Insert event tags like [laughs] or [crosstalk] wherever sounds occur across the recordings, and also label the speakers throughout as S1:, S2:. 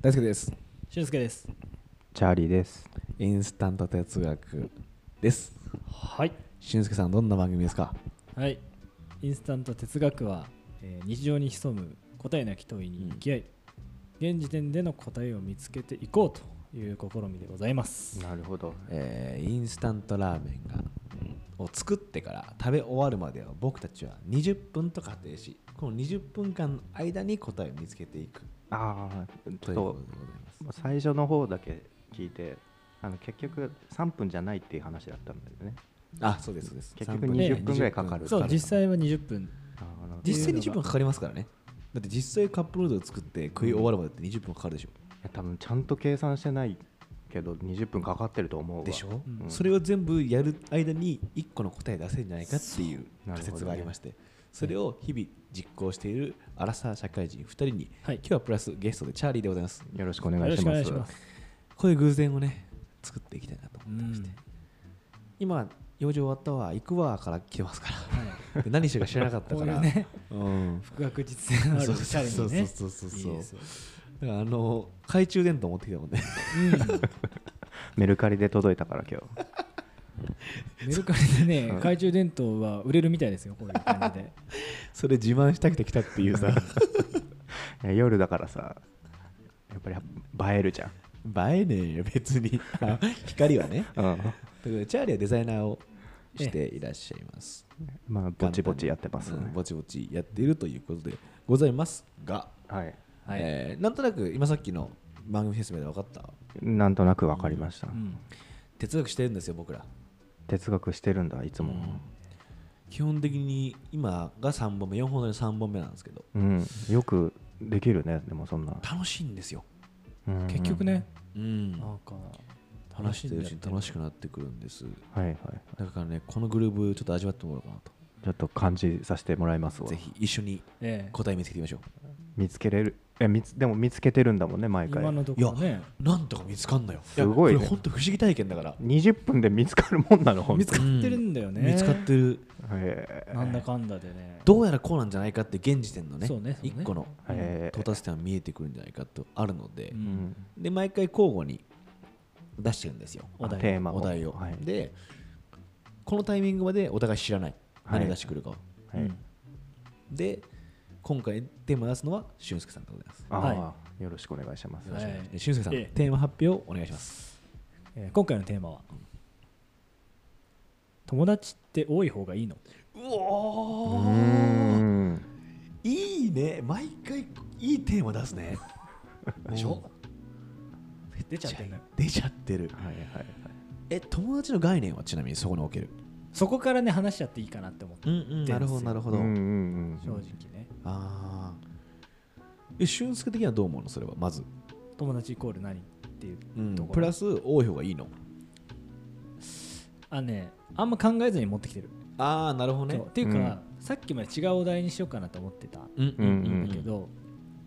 S1: 大輔です
S2: 俊介です
S3: チャーリーです。
S1: インスタント哲学です
S2: はい
S1: 俊介さんどんな番組ですか
S2: はいインスタント哲学は、えー日常に潜む答えなき問いに向き合い、現時点での答えを見つけていこうという試みでございます
S3: なるほど。
S1: えーインスタントラーメンがを作ってから食べ終わるまでは僕たちは20分と仮定しこの20分間の間に答えを見つけていく
S3: ああ、
S1: と
S3: ちょ
S1: い
S3: っ
S1: うこと
S3: と
S1: でございます
S3: 最初の方だけ聞いて、あの結局3分じゃないっていう話だったんだよね。
S1: あそうですそうです
S3: 結
S1: 3
S3: 局
S1: ね
S2: 20
S3: 分ぐらいかかる
S2: そう
S3: 彼
S2: 実際は20分
S3: あーなるほど
S1: 実際
S3: い
S1: 20分かかりますからねだって実際カップヌードル作って食い終わるまでって20分かかるでしょ、
S3: や多分ちゃんと計算してないけど20分かかってると思うわ。
S1: でしょ、
S2: うん
S1: それを全部やる間に1個の答え出せるんじゃないかっていう仮
S3: なるほどね
S1: 説がありまして、それを日々実行しているアラサー社会人2人に、
S2: はい
S1: 今日はプラスゲストでチャーリーでございます
S3: よろしくお願
S2: よろ
S3: い
S2: し
S3: し
S2: くお
S3: ま
S2: 願い
S3: す。
S2: します
S1: こういう偶然をね作っていきたいなと
S2: う
S1: 思ってまして、
S2: ん
S1: 今用事終わったわ行くわから来てますか
S3: [laughs]
S2: はい
S1: らで何してるか知らなかった
S2: こ
S1: か
S2: うい
S1: ら
S2: うね
S1: うん
S2: 副学実践のある
S1: そ
S2: チ
S1: う
S2: ャレンジね
S1: そうそうそうそう
S2: いいですよ
S1: だからあの懐中電灯持ってきたもんね
S3: メルカリで届いたから今日。
S2: メルカリでね懐中電灯は売れるみたいですよこういう
S1: [laughs]
S2: 感じで
S1: それ自慢したくて来たっていうさ [laughs]
S3: いや夜だからさ、やっぱり映えるじゃん。
S1: 映えねえよ別にあ光はね
S3: うん、
S1: ということでチャーリーはデザイナーをしていらっしゃいます。
S3: まあぼちぼちやってます、ね
S1: うんぼちぼちやっているということでございますが、
S3: はい。
S2: はい、
S1: えーなんとなく今さっきの番組説明で分かった
S3: なんとなくわかりました。
S2: うん
S1: 哲学してるんですよ僕ら。
S3: 哲学してるんだいつも。
S1: 基本的に今が3本目4本目の3本目なんですけど
S3: うん、よくできるね、でもそんな。
S1: 楽しいんですよ。
S3: うん
S2: 結局。ね、
S1: うん
S2: なんか
S1: 話してるうちに楽し
S2: く
S1: くなってくるんです。
S3: はいはい。
S1: だからねこのグルーブちょっと味わってもらおうかなと
S3: ちょっと感じさせてもらいますわ。
S1: ぜひ一緒に
S2: ええ
S1: 答え見つけてみましょ
S3: 見つけれる。え、見つ、でも見つけてるんだもんね、毎回
S2: 今。のところね
S1: う。なんとか見つかんのよ。や
S3: すごいね
S1: これ本当不思議体験だから。
S3: 20分で見つかるもんなの、ほん
S2: 見
S3: と
S2: つかってるんだよね、
S1: 見つかってる
S3: へえ
S2: なんだかんだでね
S1: どうやらこうなんじゃないかって現時点のね
S2: そうねそうね
S1: 1個の
S3: へえ
S1: 到達点は見えてくるんじゃないかとあるので
S2: う、
S3: うんん
S1: で毎回交互に出してるんですよ
S2: お題
S3: テーマを
S1: お題を、
S3: はい。
S1: でこのタイミングまでお互い知らない
S3: はい
S1: 何出してくるかを、
S3: はい
S2: うん
S1: で今回テーマを出すのは俊介さんでございます
S3: あ
S2: は
S3: あ、よろしくお願いします。
S2: はい
S1: え俊介さん、
S2: ええ
S1: テーマ発表をお願いします
S2: えー今回のテーマは友達って多い方がいいの
S1: う
S3: う
S1: お
S3: ーん。
S1: いいね毎回いいテーマ出すねでしょ
S2: 出ちゃってんのよ
S1: 出ちゃってる
S3: はいはいはい。
S1: え友達の概念はちなみにそこに置ける
S2: そこからね話しちゃっていいかなって思った
S1: うんうんなるほどなるほど、
S3: うんうん
S2: 正
S3: う
S2: 直
S3: ん。
S2: ね
S1: ああえ俊介的にはどう思うのそれはまず、
S2: 友達イコール何っていうところ
S1: プラス多い方がいいの
S2: あねあんま考えずに持ってきてる、
S1: ああなるほど
S2: そうっていうか、さっきまで違うお題にしようかなと思ってたん
S1: うん
S3: うんうん
S2: だけど、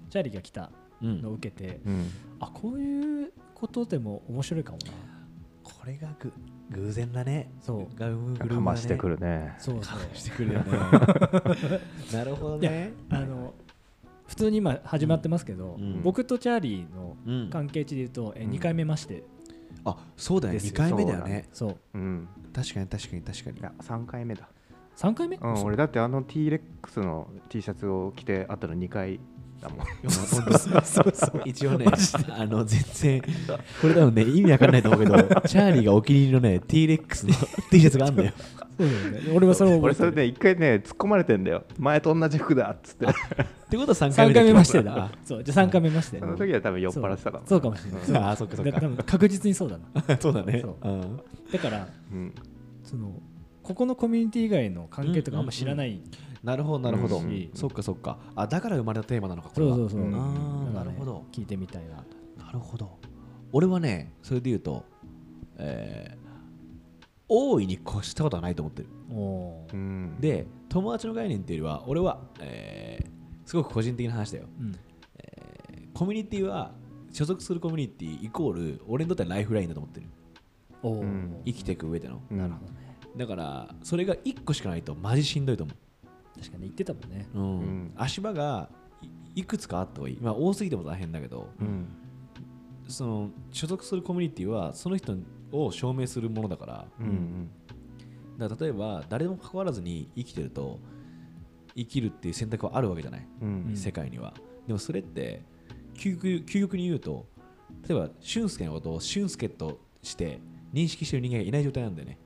S2: チャーリーが来た
S1: うん
S2: のを受けて、
S3: うん。
S2: あこういうことでも面白いかもな
S1: これがぐ偶然だね
S2: そう
S1: がグループだね
S3: かましてくるね。
S2: そうそ
S1: か
S2: う
S1: ましてくるよね
S3: [laughs]
S1: なるほどね
S2: あの普通に今始まってますけど、
S1: うん
S2: 僕とチャーリーの
S1: うん
S2: 関係値で言うと、え
S3: うん
S2: 2回目まして、
S1: あそうだよね
S2: ですよ
S1: 2回目だよね
S2: そう
S3: うん。
S1: 確かに確かに確かに
S3: いや、3回目だ。
S2: 3回目、
S3: うん、俺だってあの T レックスの T シャツを着てあったの2回だもん。
S1: そうそうそうそう一応ねあの全然これ多分ね意味わかんないと思うけどチャーリーがお気に入りのね T-Rex の T シャツがあるんだよ
S2: そうだよね俺はそれを
S3: 俺そ
S2: 覚
S3: れ
S2: えてる
S3: で一回ね突っ込まれてんだよ前と同じ服だっつって
S1: ってことは3
S2: 3
S1: 回目
S2: 回目まして
S1: あ
S2: だそうじゃあ3回目まして
S3: その時は多分酔っ払ってたかも
S2: そうそうかもしれないそう
S1: あーそっかそっか
S2: だ多分確実にそうだな
S1: そうだね
S2: そう
S1: うん
S2: だから
S3: うん
S2: そのここのコミュニティ以外の関係とかあんま知らない、
S1: なるほどなるほど、
S3: うんうん
S1: そっかそっかあだから生まれたテーマなのかこ
S2: そ
S1: れ
S2: う
S1: は
S2: そうそう、
S3: うん
S1: あ
S2: だ
S1: ー
S2: か
S1: な
S2: らね
S1: るほど
S2: 聞いてみたいなと
S1: なるほど俺はねそれで言うとえー大いに越したことはないと思ってる
S2: おー
S3: うん
S1: で友達の概念っていうよりは俺は、えーすごく個人的な話だよ
S2: うん
S1: コミュニティは所属するコミュニティイコール俺にとってはライフラインだと思ってる
S2: おー
S3: うん
S1: 生きていく上での
S3: うん
S2: なるほどね
S1: だからそれが1個しかないとマジしんどいと思
S2: 確かに言ってたもんね
S1: う、うん
S3: うん
S1: 足場がいいくつかあった方がいい、まあ、多すぎても大変だけど、
S3: うん
S1: その所属するコミュニティはその人を証明するものだから
S3: うんうん
S1: だから例えば誰も関わらずに生きてると生きるっていう選択はあるわけじゃない、
S3: うん
S1: 世界にはでもそれって究極究極に言うと例えば俊介のことを俊介として認識してる人間がいない状態なんだよね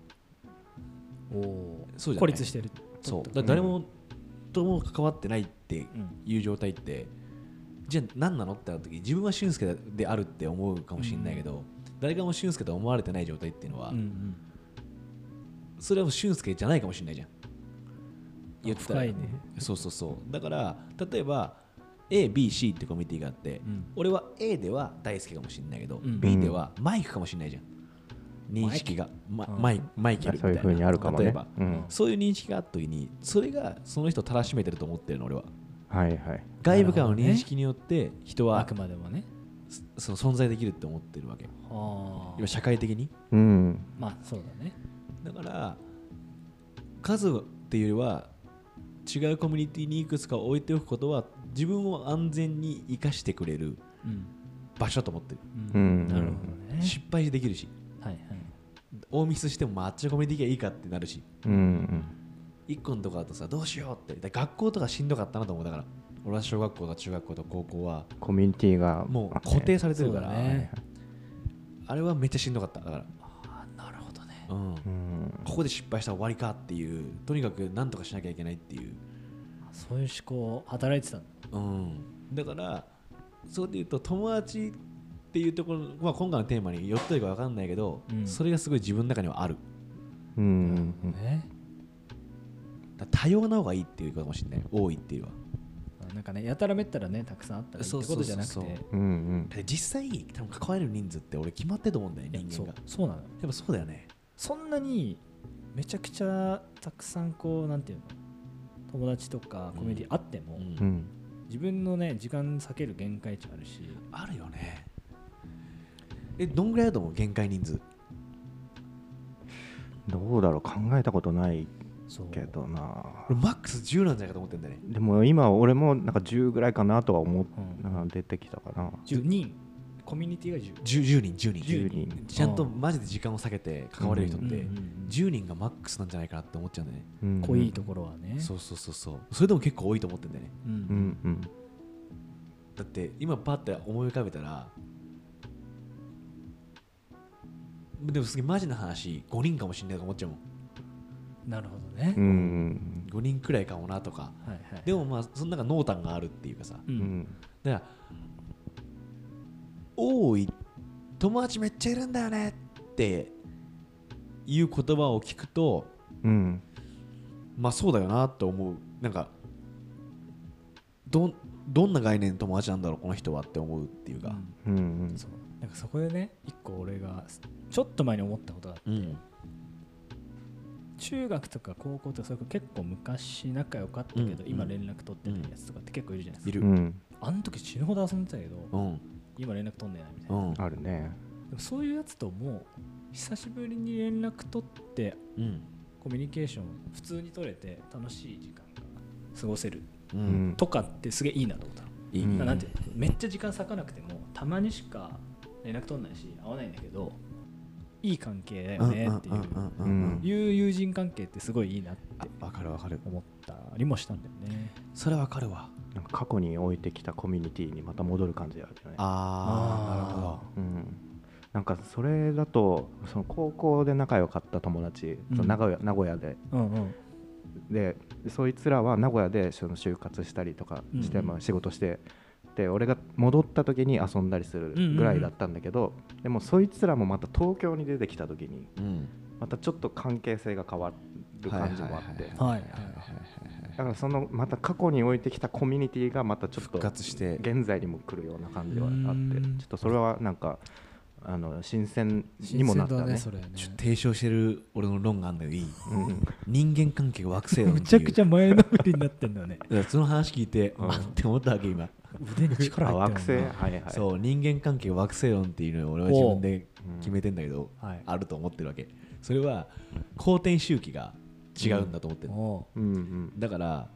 S2: おお
S1: そうじゃない
S2: 孤立してる
S1: そうだ
S2: う
S1: から誰もとも関わってないって
S2: うん
S1: いう状態ってじゃあ何なのってなった時自分は俊介であるって思うかもしれないけど、誰かも俊介と思われてない状態っていうのは、
S2: うんうん
S1: それは俊介じゃないかもしれないじゃんったら
S2: 深いね
S1: そうそうそうだから例えば ABC ってコミュニティがあって、
S2: ん
S1: 俺は A では大輔かもしれないけど、
S2: うん
S1: B ではマイクかもしれないじゃん認識がマ
S2: うん
S1: マイマイケルみた
S3: そう
S1: い
S3: いう
S1: な
S3: ふうにあるかも
S1: 例え
S3: ね
S1: ば、
S3: うん
S1: そういう認識があった時にそれがその人をたらしめてると思ってるの俺は
S3: はいはい
S1: 外部からの認識によって人
S2: あ
S1: は
S2: くまでもね
S1: その存在できるって思ってるわけ
S2: あ
S1: 今社会的に
S3: うん
S2: まあそうだね
S1: だから数っていうよりは違うコミュニティにいくつか置いておくことは自分を安全に生かしてくれる
S2: うん
S1: 場所だと思ってる、
S2: う
S3: うんん
S2: なるほどね
S1: 失敗できるし
S2: はいはい
S1: 大ミスしてもまああっちのコミュニティがいいかってなるし
S3: うんうん
S1: 一個のとこだとさどうしようってだから学校とかしんどかったなと思うだから俺は小学校とか中学校とか高校は
S3: コミュニティが
S1: もう固定されてるから、
S2: そうだね
S1: あれはめっちゃしんどかっただから、
S2: あなるほどね
S1: うん
S3: うん
S1: ここで失敗したら終わりかっていうとにかく何とかしなきゃいけないっていう、
S2: そういう思考働いてたんだ
S1: うん、だからそうで言うと友達っていうところ、まあ、今回のテーマに寄っとるか分かんないけど、
S2: うん
S1: それがすごい自分の中にはある
S3: うんうん
S2: ね
S1: だから多様な方がいいっていうことかもしれない多いっていうのは
S2: なんかねやたらめったらねたくさんあったらいいってことじゃなく
S1: そうそう
S2: て
S1: そう
S3: うんうん
S1: だって実際多分関われる人数って俺決まってると思うんだよね
S2: いや
S1: 人
S2: そう
S1: 間が
S2: そうなのよ
S1: やっぱそうだよね
S2: そんなにめちゃくちゃたくさんこうなんていうの友達とかコミュニティあっても、
S1: うん
S3: うん
S2: 自分のね時間避ける限界値あるし
S1: あるよねえどんぐらいだと思う限界人数
S3: どうだろう考えたことない
S2: そう
S3: けどな
S1: 俺マックス10なんじゃないかと思ってんだよね
S3: でも今俺もなんか10ぐらいかなとは思っ
S2: うん
S3: なんか出てきたかな
S2: 10人コミュニティが10
S1: 10, 10人10人
S3: 10人
S1: ちゃんとマジで時間を避けて関われる人っ
S2: うんうん
S1: て
S2: うん
S1: 10人がマックスなんじゃないかなって思っちゃうんだよね、
S3: うん
S2: 濃いところはね
S1: そうそうそうそうそれでも結構多いと思ってんだよね
S2: うん
S3: うんうん
S1: だって今パッて思い浮かべたらでもすげえマジな話5人かもしんないとか思っちゃうもん
S2: なるほどね、
S3: うん
S1: 5人くらいかもなとか
S2: はいはい
S1: でもまあその中濃淡があるっていうかさ
S2: う
S3: うんん
S1: だから多い友達めっちゃいるんだよねっていう言葉を聞くと
S3: うん
S1: まあそうだよなと思うなんかどんどんな概念の友達なんだろうこの人はって思うっていう
S2: う
S1: か、
S2: ん
S3: うんうん
S2: そうなんかそこでね一個俺がちょっと前に思ったことがあって、
S1: うん
S2: 中学とか高校とかそれこそ結構昔仲良かったけど、
S1: うん
S2: 今連絡取ってないやつとかって結構いるじゃないです
S1: い
S2: か、
S1: る
S3: うん
S2: あの時死ぬほど遊んでたけど、
S1: うん
S2: 今連絡取んねえなみたいうな、
S1: ん
S3: あるね
S2: でもそういうやつともう久しぶりに連絡取って
S1: うん
S2: コミュニケーション普通に取れて楽しい時間が過ごせる
S1: う
S3: うんん
S2: とかってすげえいいなと思ったの、
S1: いい
S3: うん
S2: なんていうのめっちゃ時間割かなくてもたまにしか連絡取んないし会わないんだけどいい関係だよねっていう,、
S1: うんうんうんうん
S3: うん
S2: いう友人関係ってすごいいいなって
S1: あわかるわかる
S2: 思ったりもしたんだよね
S1: それわかるわ
S3: なんか過去に置いてきたコミュニティにまた戻る感じだよね
S1: あー
S2: あー
S1: なるほど
S3: うんなんかそれだとその高校で仲良かった友達、
S2: うん
S3: その名古屋名古屋で
S2: うんうん
S3: でそいつらは名古屋でその就活したりとかして、
S2: うんうん
S3: まあ、仕事してで俺が戻った時に遊んだりするぐらいだったんだけど、でもそいつらもまた東京に出てきた時に
S1: うん
S3: またちょっと関係性が変わる感じもあって、
S1: はい
S2: はいはい
S3: だからそのまた過去に置いてきたコミュニティがまたちょっと
S1: 復活して
S3: 現在にも来るような感じはあって
S2: うん
S3: ちょっとそれはなんかあの新鮮にもなったね
S2: れね
S1: ちょっと提唱してる俺の論があんだよいい
S3: うん
S1: 人間関係惑星論
S2: むちゃくち
S1: ゃ
S2: ゃ前のめりになってんだよね
S1: その話聞いて、
S3: うん
S1: あって思ったわけ今、
S2: 腕に力
S3: あ
S2: 入っ
S3: 惑
S2: てる
S3: 星はい
S2: もんな
S3: はい
S1: そう人間関係惑星論っていうのを俺は自分で決めてんだけど、
S2: おうはい
S1: あると思ってるわけそれは公転周期が違うんだと思ってる、
S2: おう
S3: うんうん
S1: だから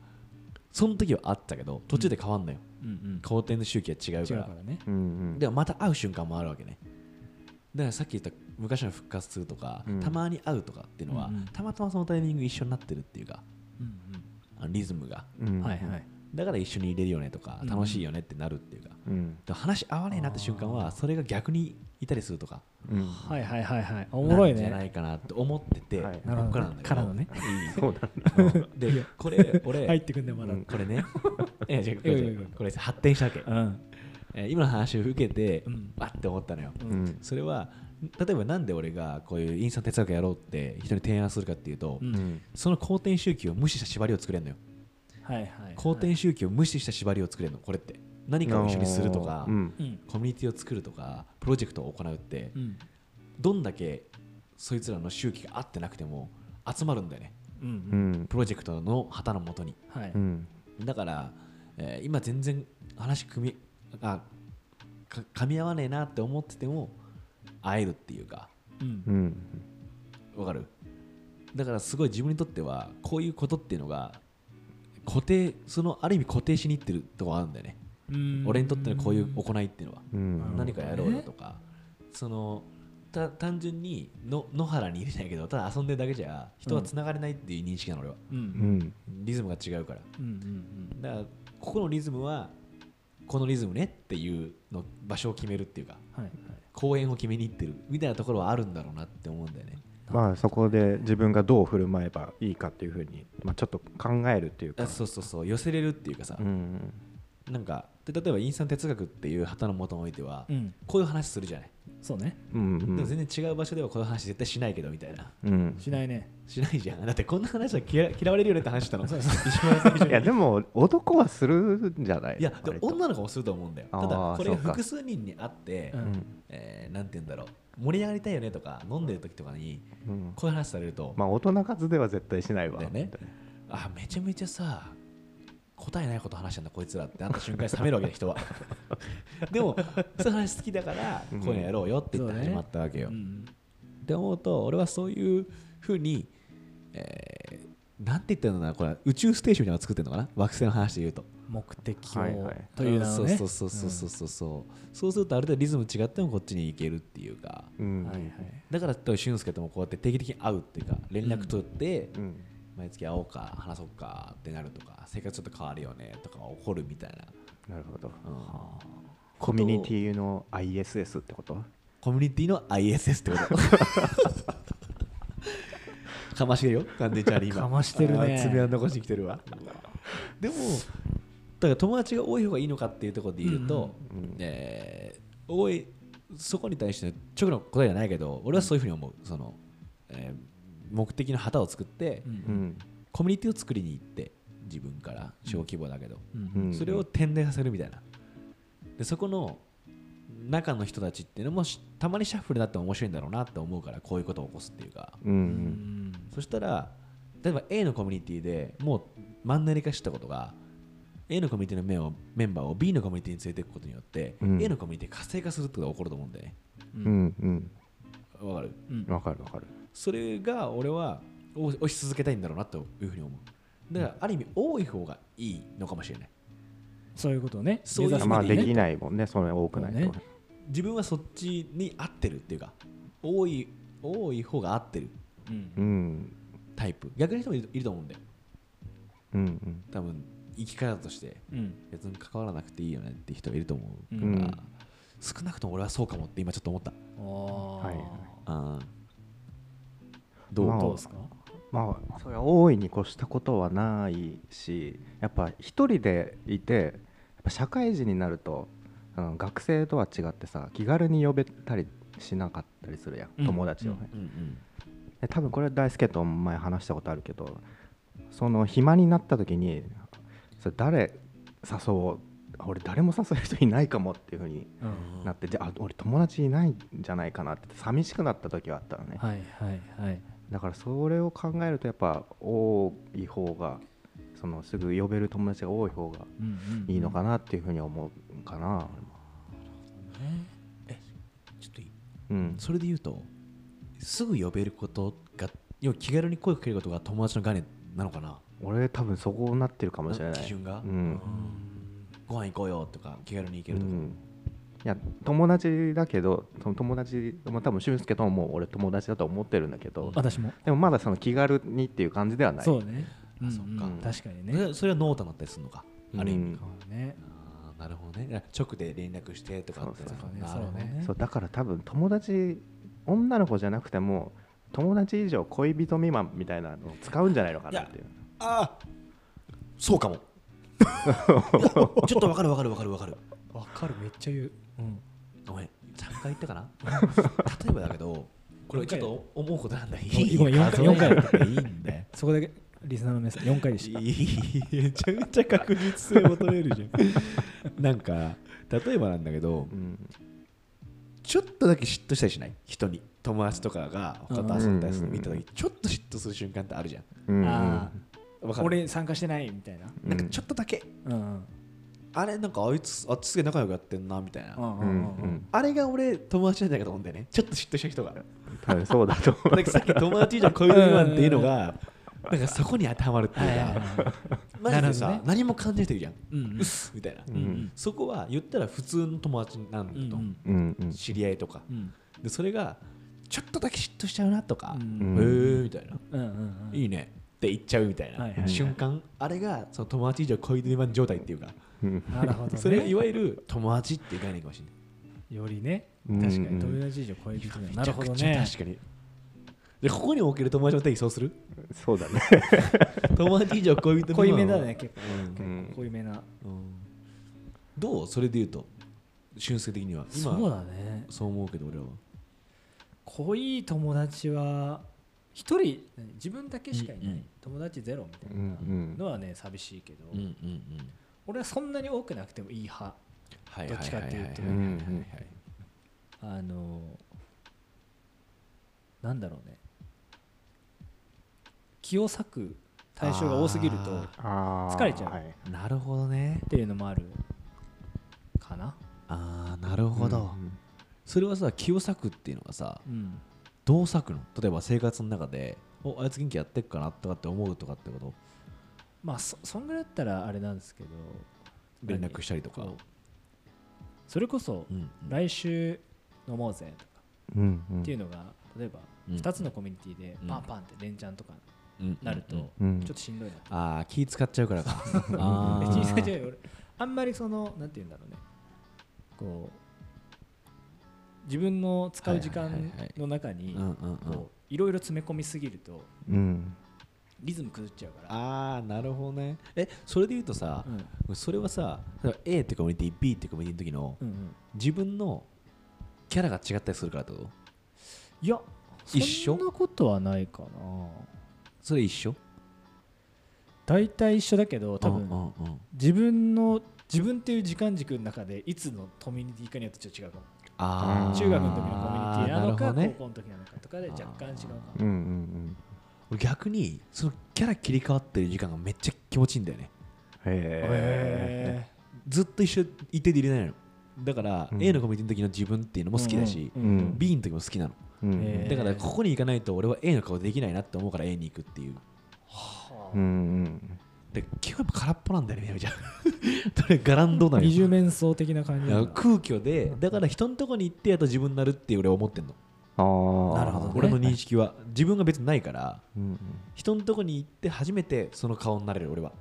S1: その時はあったけど途中で変わんのよ、
S2: うん
S1: 好転の周期が違
S2: うん、
S1: う
S2: 違
S1: か
S2: う
S1: ら
S2: からね。
S3: うんうん
S1: でもまた会う瞬間もあるわけねだからさっき言った昔の復活するとか、
S3: うん
S1: たまに会うとかっていうのは、
S2: うんうん
S1: たまたまそのタイミング一緒になってるっていうか
S2: うん
S1: あのリズムが
S3: うん
S2: はいはい。
S1: だから一緒に入れるよねとか
S2: うん
S1: 楽しいよねってなるっていうか,、
S3: うん
S1: 話合わねえなって瞬間はそれが逆にいたりするとか
S3: うん
S2: はいはいはいはい。おもろい
S1: なんじゃな
S2: ね。
S1: いかなって思ってて、
S3: はい
S2: なるほ
S1: こ
S2: ど
S1: っ
S2: ね。からのね。
S1: [laughs]
S3: そうだ
S1: うんでこれ俺、
S2: [laughs] 入ってくんだよまだ。
S3: う
S2: うんん。
S1: これ
S2: [laughs]
S1: ねいや違うこれ
S2: いやいやい
S1: 違
S2: や
S1: うこれ発展したわけ、えー今の話を受けて
S2: うん
S1: わ、って思ったのよ、
S2: う
S3: うんん
S1: それは例えばなんで俺がこういうインスタント哲学やろうって人に提案するかっていうと、
S2: うん
S3: うん
S1: その好転周期を無視した縛りを作れるのよ
S2: はいはい。
S1: 好転周期を無視した縛りを作れるのこれって何かを一緒にするとか、
S3: うん
S2: うん。
S1: コミュニティを作るとかプロジェクトを行うって、
S2: うん。
S1: どんだけそいつらの周期が合ってなくても集まるんだよね
S2: う。
S3: うんん
S1: プロジェクトの旗のもとに
S2: はい。
S3: うん
S1: だから、えー今全然話組みあか噛み合わねえなって思ってても会えるっていうか
S2: うん
S3: う。ん
S1: わかるだからすごい自分にとってはこういうことっていうのが固定そのある意味固定しにいってるとこあるんだよね
S2: うん
S1: 俺にとってのこういう行いっていうのは
S3: うん
S1: 何かやろうよとかそのた単純にの野原にいるじゃないけどただ遊んでるだけじゃ人は繋がれないっていう認識なの俺は
S2: うんう
S3: うんん
S1: リズムが違うから
S2: うんうん
S1: だからここのリズムはこのリズムねっていうの場所を決めるっていうか
S2: はいはい
S1: 公園を決めに行ってるみたいなところはあるんだろうなって思うんだよね
S3: まあそこで自分がどう振る舞えばいいかっていうふうにまあちょっと考えるっていうか
S1: あそうそうそう寄せれるっていうかさ、
S3: うん
S1: なんかで例えばインスタント哲学っていう旗のもとにおいては、
S2: うん
S1: こういう話するじゃない、
S2: そうね
S3: うんう
S1: でも
S3: ん
S1: 全然違う場所ではこういう話絶対しないけどみたいな
S3: うん
S2: しないね
S1: しないじゃんだってこんな話は嫌嫌われるよねって話したの一番 [laughs] 最初
S3: い
S1: に
S3: やでも男はするんじゃない
S1: いやでも
S3: 割と
S1: 女の子もすると思うんだよた
S3: あ
S1: だ
S3: ー
S1: これが
S3: そうか
S1: 複数人にあって、
S2: うん
S1: えーなんて言うんだろう盛り上がりたいよねとか飲んでる時とかに
S3: うんうん
S1: こういう話されると、
S3: まあ大人数では絶対しないわ
S1: だよねあめちゃめちゃさ答えないこと話してんだこいつらってなった瞬間に冷めるわけだ人はでもその話好きだから
S3: うん
S1: こういうのやろうよって言って
S2: そうね
S1: 始まったわけよ、
S2: う
S1: っ
S2: ん
S1: て思うと俺はそういうふうに、えーなんて言ったらいいのかなこれは宇宙ステーションみたいなのを作ってるのかな惑星の話で言うと
S2: 目的
S3: はい
S2: を
S3: はい
S2: という名のね
S1: そうそうそうそうそうそう、そうするとある程度リズム違ってもこっちに行けるっていうか
S3: うん
S2: はいはい
S1: だから多分俊介ともこうやって定期的に会うっていうか連絡取って、
S3: うん
S1: 毎月会おうか話そうかってなるとか生活ちょっと変わるよねとか起こるみたい
S3: なるほど
S1: な、うん
S3: コミュニティの ISS ってこと
S1: コミュニティの ISS ってこと [laughs] かましてるよ完全にチャーリー今
S2: かましてるね
S1: あー爪は残してきてるわでもだから友達が多い方がいいのかっていうところで言うと、
S3: うんうん
S1: えー多いそこに対しての直の答えじゃないけど俺はそういうふうに思うその、えー目的の旗を作って、
S2: うん
S3: うん
S1: コミュニティを作りに行って自分から小規模だけど、
S2: うん
S3: うん
S1: それを点在させるみたいなでそこの中の人たちっていうのもしたまにシャッフルだっても面白いんだろうなって思うからこういうことを起こすっていうか
S3: う
S2: うんん
S1: そしたら例えば A のコミュニティでもうマンネリ化してたことが A のコミュニティのメンをメンバーを B のコミュニティに連れていくことによって、
S3: うん
S1: A のコミュニティが活性化するってことが起こると思うんだよね
S2: う
S3: うんん
S1: わかる
S2: うん
S3: うんわかるわかる
S1: それが俺は推推し続けたいんだろうなというふうに思うだからある意味多い方がいいのかもしれない
S2: そういうことをね
S1: そういう
S2: 目指す
S3: まあ
S2: べきね
S3: できないもんねそれ多くないと
S2: そ
S1: 自分はそっちに合ってるっていうか多い多い方が合ってる
S2: うん
S3: うん
S1: タイプ逆の人もいるいると思うんだよ
S3: うんうん
S1: 多分生き方として
S2: うん
S1: 別に関わらなくていいよねって人はいると思うから、
S3: うん
S1: 少なくとも俺はそうかもって今ちょっと思った
S2: ああ
S3: はいはい
S1: あーどう、
S3: まあ
S2: どうですか
S3: まあそれは大いに越したことはないしやっぱ一人でいてやっぱ社会人になるとあの学生とは違ってさ気軽に呼べたりしなかったりするやん、
S2: うん
S3: 友達をね、
S1: うんうん
S3: で多分これは大輔とも前話したことあるけどその暇になった時にそれ誰誘おう俺誰も誘える人いないかもっていう風に
S2: うん
S3: なってじゃあ俺友達いないんじゃないかなって寂しくなった時はあったのね、
S2: はいはいはい
S3: だからそれを考えるとやっぱ多い方がそのすぐ呼べる友達が多い方が
S2: うんうん
S3: いいのかなっていうふうに思うかな、
S2: ね
S1: ちょっといい
S3: うん、
S1: それで言うとすぐ呼べることが要は気軽に声かけることが友達の概念なのかな
S3: 俺多分そこなってるかもしれない
S1: 基準が、
S3: うん
S1: ご飯行こうよとか気軽に行けるとか、
S3: うんいや友達だけどその友達も多分俊介とももう俺友達だと思ってるんだけど、
S2: 私も
S3: でもまだその気軽にっていう感じではない
S2: そうね
S1: あ
S2: うん
S1: そっか
S2: うん確かにね
S1: でそれはノートになったりするのか、ある意味
S3: うん
S2: そうね
S1: あーなるほどねいや直で連絡してとかって
S3: そう
S2: そうそう
S1: なるほどね
S3: そうだから多分友達女の子じゃなくても友達以上恋人未満みたいなのを使うんじゃないのかなっていう
S1: ああそうかも [laughs] ちょっとわかるわかるわかるわかる
S2: わかるめっちゃ言ううん
S1: ごめん3回言ったか [laughs] な例えばだけどこれちょっと思うことなんだい
S2: いごめん四回
S1: 数えなくていいんだよ
S2: そこだけリスナーの皆さん4回でした
S1: いいめちゃめちゃ確実性求めるじゃんなんか例えばなんだけど
S3: うん
S1: ちょっとだけ嫉妬したりしない人に友達とかが他と遊んだりするの見た時ちょっと嫉妬する瞬間ってあるじゃん
S3: うん
S2: あ
S1: わ
S2: あ
S1: かる
S2: 俺参加してないみたいな
S3: うん
S1: なんかちょっとだけ
S2: うん
S1: あれなんかあいつあっちすげえ仲良くやってんなみたいな、
S2: うん
S3: う
S2: うん
S3: うんんうん
S1: あれが俺友達なんじゃないかと思うんだよねちょっと嫉妬した人
S2: [laughs]
S1: が
S3: 多分そうだと思う
S1: なんかさっき友達以上恋人未満っていうのがなんかそこに当てはまるっていう
S2: はいはい
S1: か
S2: は
S1: マジで
S2: な
S1: さ、
S2: るほどね
S1: 何も感じない人いるじゃん
S2: いう
S1: [laughs]
S2: ん
S1: うっすみたいな、
S3: う
S2: うん
S3: ん
S1: そこは言ったら普通の友達なんだと、
S2: うん
S3: うんうん
S1: 知り合いとか
S2: うん
S1: でそれがちょっとだけ嫉妬しちゃうなとか、
S2: うん
S1: へーみたいな、
S2: うんうんうん
S1: いいねって言っちゃうみたいな、
S2: はいはいはい
S1: 瞬間あれがその友達以上恋人未満状態っていうか
S3: うん
S2: なるほどね
S1: それいわゆる友達っていう概念かもしれない
S2: よりね
S3: うん
S2: 確かに友達以上恋人なるほど
S1: めちゃ
S2: ね
S1: くちゃ確かにでここにおける友達の定義そう
S2: [laughs]
S1: する
S3: そうだね
S1: 友達以上恋人
S2: 濃
S1: 未
S2: い
S1: 満
S2: め
S1: は
S2: だね結構
S3: う
S2: 結構
S3: ん
S2: 濃いめな
S1: うんどうそれで言うと俊介的には今
S2: そうだね
S1: そう思うけど俺は
S2: 濃い友達は一人自分だけしかいな
S1: うんう
S2: い
S1: ん
S2: 友達ゼロみたい
S3: うん
S2: なのはね寂しいけど
S1: うんうんうん
S2: 俺はそんなに多くなくてもいい派
S1: はい
S2: どっちかっていうと
S1: はいはいはいはい
S3: うんうん
S2: あのなんだろうね気を割く対象が多すぎるとっ
S1: あ
S3: あー
S2: 疲れちゃう
S3: はい
S1: ーなるほどね
S2: ていうのもあるかな
S1: ああなるほど、
S3: うん
S1: それはさ気を割くっていうのはさ
S2: うん
S1: どう割くの例えば生活の中でおあいつ元気やってっかなとかって思うとかってこと
S2: まあそそんぐらいだったらあれなんですけど
S1: 連絡したりとか
S2: そうそれこそ
S1: うん
S2: 来週飲もうぜとか
S3: うんうん
S2: っていうのが例えば
S1: うん
S2: 2つのコミュニティで
S1: うん
S2: パンパンって連チャンとか
S1: うん
S2: なると
S1: うん
S2: ち
S1: うん
S2: ょ
S3: うん
S2: っとしんどいなと
S1: ああ気使っちゃうから
S2: [laughs]
S1: かあ
S2: 別 [laughs]
S1: ー
S2: に最初は俺あんまりそのなんて言うんだろうねこう自分の使う時
S1: はいはいは
S2: 間
S1: いはい
S2: の中に
S1: うんうんうん
S2: こういろいろ詰め込みすぎると
S3: うん
S2: リズム崩っちゃうから
S1: ああなるほどねえそれで言うとさ
S2: う、ん
S1: それはさ例えば A ってコミュニティ B ってコミュニティの時の、
S2: うんうん
S1: 自分のキャラが違ったりするからってこと
S2: いや
S1: 一緒
S2: そんなことはないかな
S1: それ一緒
S2: 大体一緒だけど多
S1: う
S2: 分
S1: んうんうん
S2: 自分の自分っていう時間軸の中でいつのコミュニティかによってちょっと違うかも
S1: あー
S2: 中学の時のコミュニティなのか
S1: るほどね
S2: 高校の時なのかとかで若干違うかも
S3: うんうん
S1: 俺逆にそのキャラ切り替わってる時間がめっちゃ気持ちいいんだよね
S3: うんへえ
S2: へ
S1: ずっと一緒一定でいれないのだから、
S3: うん
S1: A のコミュニティの時の自分っていうのも好きだし、
S2: うん
S3: うん
S1: B の時も好きなの、
S3: うん
S2: へえ
S1: だからここに行かないと俺は A の顔できないなって思うから A に行くっていう
S2: は
S3: うんうん
S1: で基本やっぱ空っぽなんだよねめちゃめちゃそれガランドな
S2: あ
S1: んよ
S2: 二重面相的な感じ
S1: い
S2: な
S1: や
S2: んだ
S1: 空虚でだから人のとこに行ってやっと自分になるって俺は思ってんの
S3: あ
S2: な
S3: あ
S2: るほどね
S1: 俺の認識は自分が別にないから
S3: うん
S1: 人のとこに行って初めてその顔になれる俺は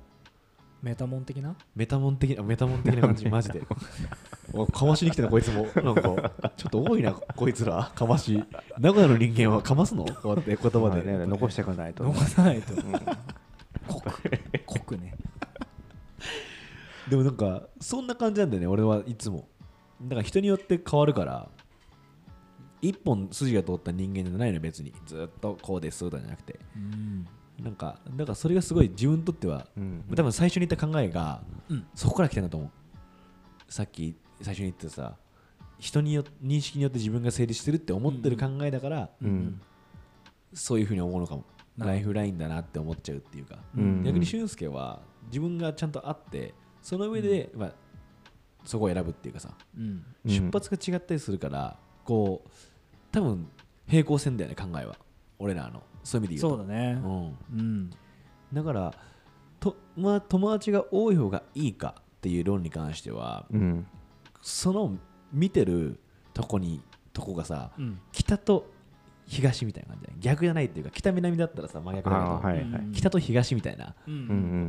S2: メタモン的な
S1: メタモン的なメタモン的な感じマジでおかましに来てるこいつもなんかちょっと多いなこいつらかまし名古屋の人間はかますのこうやって言
S3: 言
S1: 葉
S3: 葉
S1: で、
S3: でね残していかないと
S2: 残さないと濃く濃くね
S1: でもなんかそんな感じなんだよね俺はいつもだから人によって変わるから一本筋が通った人間じゃないのよ別にずっとこうですとかじゃなくて
S2: うん
S1: なんかだからそれがすごい自分にとっては
S3: うん
S1: 多分最初に言った考えが
S2: うん
S1: そこから来てんだと思うさっき最初に言ってたさ人によ認識によって自分が成立してるって思ってる考えだから、
S3: うん
S1: そういうふうに思うのかも
S2: なる
S1: ライフラインだなって思っちゃうっていうか、
S3: うん
S1: 逆に俊介は自分がちゃんとあってその上で、まあ、そこを選ぶっていうかさ、
S2: うん
S3: うん
S1: [laughs] 出発が違ったりするからこう多分平行線だよね考えは俺らのそういう意味で言う
S2: そ
S1: と
S2: うだね
S1: うん、
S2: うん
S1: だからとまあ、友達が多い方がいいかっていう論に関しては、
S3: うん
S1: その見てるとこにとこがさ
S2: うん
S1: 北と東みたいな感じだね逆じゃないっていうか北南だったらさ真逆だけど、
S3: ああーはいはい、
S2: うん
S1: 北と東みたいな
S2: う
S3: うん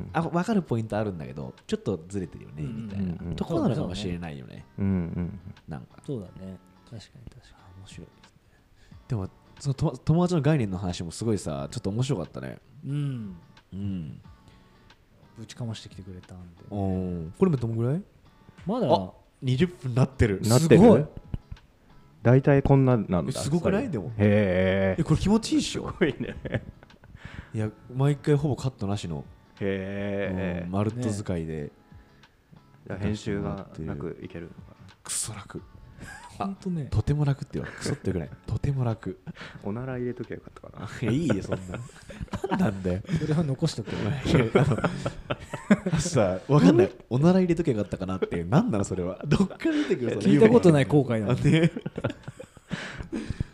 S3: ん
S1: あ分かるポイントあるんだけどちょっとずれてるよね
S2: うん
S1: みたいな、
S3: うんうん
S1: とこなのかもしれないよね
S3: うんうん
S1: なんか
S2: そうだね確かに確か
S1: 面白いですねでもそのと友達の概念の話もすごいさちょっと面白かったね
S2: にうん
S1: うん
S2: ぶちかましてきてくれたんで
S1: これもどのぐらい
S2: まだ
S1: あ20分なってる
S3: なっ
S1: す
S3: て
S1: ごい
S3: る大体こんななんだ
S1: えすごくない
S3: 最後
S1: でも
S3: へ
S1: えこれ気持ちいいっしょ
S3: えすごいねへ
S1: いや毎回ほぼカットなしの、
S3: え
S1: うん、マルット使いで、
S3: じゃあ編集がなくいけるのか
S1: クソ楽
S2: ほんとね
S1: とても楽って言われるクソってぐらいとても楽
S3: なおなら入れときゃよかったかない
S1: やいいよそんな [laughs] 何なんだよ
S2: それは残しとく
S1: いやあのさわかんないおなら入れときゃよかったかなっていう何なのそれはどっから出てくるそれ
S2: 聞いたことない後悔
S1: あ
S2: だね
S1: [laughs] ね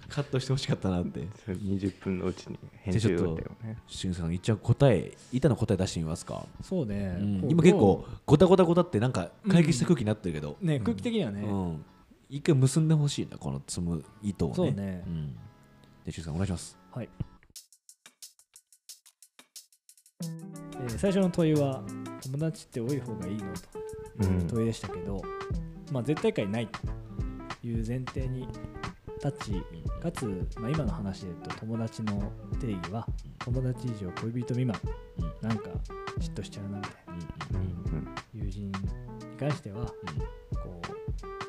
S1: カットしてほしかったなって
S3: それ20分のうちに編集予定をね
S1: しゅんさん一応答え板の答え出してみますか、
S2: そうね
S1: うん
S2: こう
S1: 今結構ゴタゴタゴタってなんか解決した空気になってるけど、
S2: ね空気的には
S1: う
S2: ね
S1: ん一回結んでほしいなこの積む糸をね
S2: そうね
S1: ん、でしゅんさんお願いします
S2: はい、えー最初の問いは友達って多い方がいいのと
S3: うん
S2: 問いでしたけど、まあ、絶対解ないという前提に立ちかつ、まあ、今の話で言うと友達の定義は友達以上恋人未満
S1: うん
S2: なんか嫉妬しちゃうなみたいな
S1: うん
S3: うん
S2: 友人に関してはこ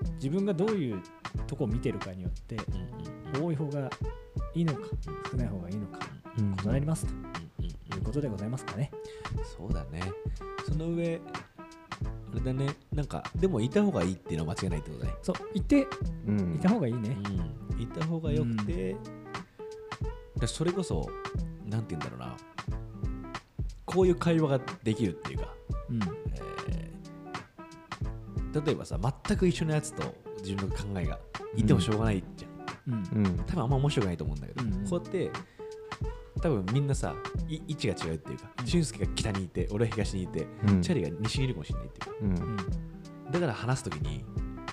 S2: う自分がどういうとこを見てるかによって多い方がいいのか少ない方がいいのか
S3: うん
S2: 異なりますということでございますかね。
S1: そうだねその上あれだねなんかでもいた方がいいっていうのは間違いないってことだね
S2: そう、いて、
S3: うん
S2: いた方がいいね。
S1: うん、いた方がよくて、でそれこそなんて言うんだろうなこういう会話ができるっていうか、
S2: うん。
S1: えー例えばさ全く一緒のやつと自分の考えがいてもしょうがないじゃん、
S2: うん。
S3: うん
S1: 多分あんま面白くないと思うんだけど、
S2: うん
S1: こうやって多分みんなさい位置が違うっていうか、
S2: うん
S1: 俊介が北にいて俺は東にいて、
S3: うん
S1: チャリが西にいるかもしれないっていうか
S3: うん
S2: うん。
S1: だから話すときに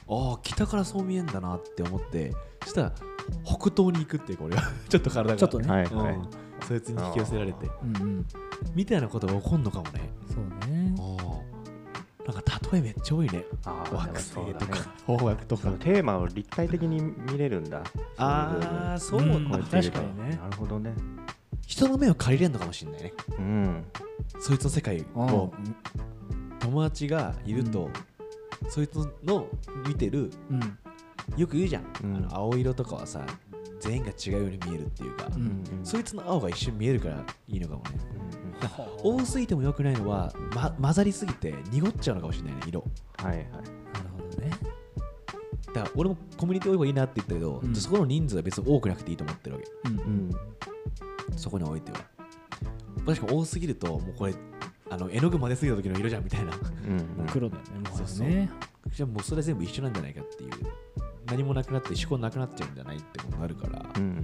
S1: ああ北からそう見えんだなって思ってそしたら北東に行くっていうか俺は [laughs] ちょっと体が
S2: ちょっとね。
S3: はい
S1: うん
S3: はい
S1: そいつに引き寄せられて
S2: うんうん。
S1: みたいなことが起こるのかもね
S2: そうね。
S1: あなんか例えめっちゃ多いね
S3: あー
S1: 惑星
S3: でもそうだ
S1: と
S3: ね
S1: か方角と
S3: そ
S1: か
S3: のテーマを立体的に見れるんだ
S1: ああそうだ、
S2: うん
S3: そういう部分こうやって見ると
S2: 確かにね
S3: なるほどね
S1: 人の目を借りれるのかもしれないね
S3: うん
S1: そいつの世界を友達がいると、そいつの見てる
S2: うん。
S1: よく言うじゃん、
S3: うん
S1: あの青色とかはさ全員が違うように見えるっていうか、
S2: う
S3: うんん
S1: そいつの青が一瞬見えるからいいのかもね
S3: う
S1: 多
S3: ん
S1: すぎても良くないのは、ま、混ざりすぎて濁っちゃうのかもしれないね色
S3: はいはい
S2: なるほどね。
S1: だから俺もコミュニティ多い方がいいなって言ったけど、
S2: うん
S1: そこの人数は別に多くなくていいと思ってるわけ
S2: うん。
S3: うん
S1: そこにおいては確か多すぎるともうこれあの絵の具混ぜすぎた時の色じゃんみたいな
S3: うんうん
S2: 黒だよね。も
S1: そう
S2: う
S1: そう
S2: ね。
S1: じゃあもうそれ全部一緒なんじゃないかっていう何もなくなって思考なくなっちゃうんじゃないってことになるから、分か
S3: うん
S1: っ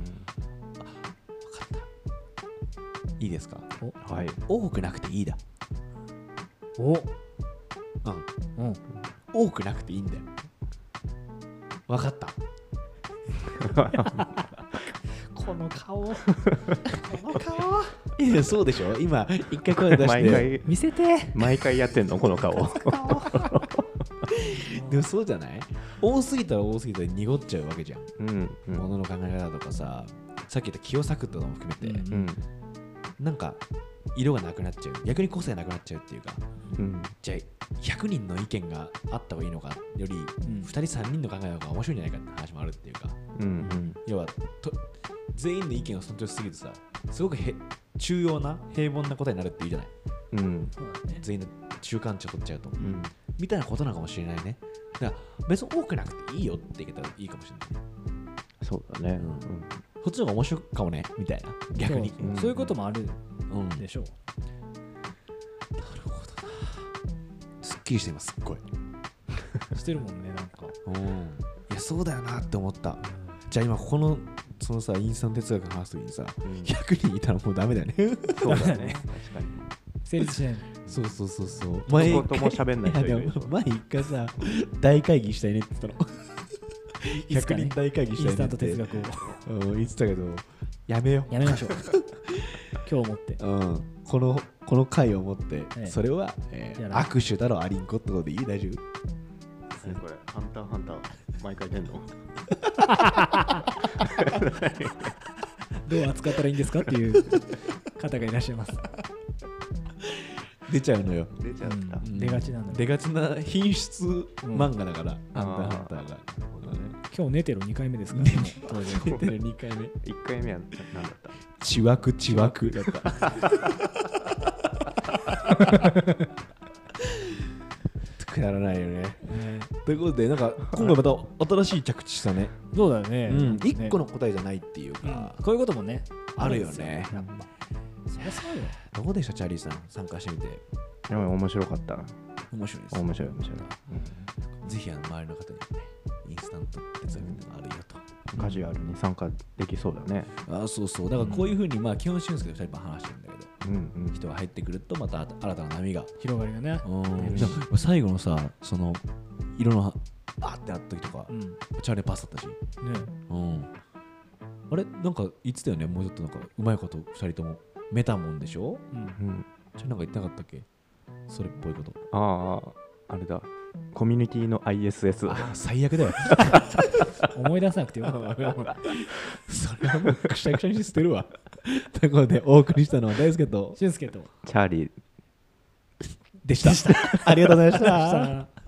S1: たいいですか
S3: はい
S1: 多くなくていいだ
S2: お
S1: うん
S2: うん。
S1: 多くなくていいんだよ分かった
S2: この [laughs] 顔、
S1: この顔いやそうでしょ今一回声出し
S3: 毎
S1: て
S3: 回
S2: 見せて。
S3: 毎回やってんのこの顔
S1: でもそうじゃない多すぎたら多すぎたら濁っちゃうわけじゃん、
S3: うんうん
S1: 物の考え方とかささっき言った気を裂くとかも含めて、
S2: うん
S3: うん
S1: なんか色がなくなっちゃう逆に個性なくなっちゃうっていうか
S3: うん
S1: じゃあ100人の意見があった方がいいのかより、
S2: ん
S1: 2人3人の考えの方が面白いんじゃないかって話もあるっていうか
S3: うん
S1: 要はと全員の意見を尊重しすぎてさすごくへ中央な平凡な答えになるっていうじゃない
S3: うんうん
S2: そうだね。
S1: 全員の中間値を取っちゃうと、
S3: うん
S1: みたいなことなのかもしれないねだから別に多くなくていいよって言い方いいかもしれないね
S3: そうだね
S1: うんこっちの方が面白いかもねみたいな逆に
S2: そうそういうこともある
S1: うん
S2: でしょう。
S1: すっきりしてますすっごい
S2: してるもんね、なんか。
S1: うんいやそうだよなって思ったじゃあ今ここのそのさインスタント哲学の話す時にさ
S3: うん
S1: 100人いたらもうダメだよね
S3: そうだね確かに
S2: [laughs] 成立しないの。
S1: そうそうそうそう
S3: 一言も喋んない
S1: いや
S3: 人い
S1: で
S3: るで
S1: も
S3: しょ
S1: 前一回さ大会議したいねって [laughs] 言ったの
S2: いつか
S1: 100
S2: ね
S1: 人大会議
S2: イ
S1: した
S2: ン
S1: いね
S2: スタ
S1: っ
S2: ント
S1: て
S2: 哲学を
S1: うん言ってたけどやめよ
S2: やめましょう今日持って
S1: う、うん、このこの回をもって、
S2: ええ
S1: それは、えー
S2: やらない
S1: 握手だろアリンコってことでいい大丈夫
S3: 何これハンターハンター毎回出んの
S2: どう扱ったらいいんですかっていう方がいらっしゃいます、
S1: 出ちゃうのよ
S3: 出ちゃっ
S2: うん
S3: た、
S1: ん
S2: 出がちなんだけ
S1: 出がちな品質漫画だから、ハンターハンターが
S2: ど今日寝てる2回目ですから、ね、 [laughs] 当然
S1: 出てる2回目
S3: 一1回目は何だった
S1: ちわくちわくだったくだらないよね
S2: ね
S1: ということでなんか今回また新しい着地したね、
S2: そうだよね、
S1: うん、
S2: ね
S1: 1個の答えじゃないっていう
S2: うん
S1: か、
S2: こういうこともね
S1: あるよね
S2: あるんですよやっぱそりゃそうよ
S1: どうでしたチャーリーさん参加してみて
S3: でも面白かった
S1: 面白いです
S3: 面白い面白い、
S1: ぜひあの周りの方にもねインスタント哲学ってのがあるよと、
S3: カジュアルに参加できそうだね
S1: ああそうそうだからこういうふうにまあ基本俊介と2人も話してるんだけど
S3: うんうん
S1: 人が入ってくるとまた新たな波が
S2: 広がりがね
S1: うんでも最後のさその色のあってあった時とか、
S2: うんね
S1: チャーリーパスだったしうんあれなんか言ってたよねもうちょっとなんかうまいこと2人ともメタモンでしょ
S2: うん
S3: うん
S1: ちょなんか言ってなかったっけそれっぽいこと
S3: あああれだコミュニティの ISS だ
S1: あ [laughs] 最悪だよ
S2: 思い出さなくてよかった
S1: それはもうくしゃくしゃに捨てるわということでお送りしたのは大輔と
S2: 俊介と
S3: チャーリー
S1: [laughs] でしたありがとうございまし
S2: さ
S1: た
S2: あ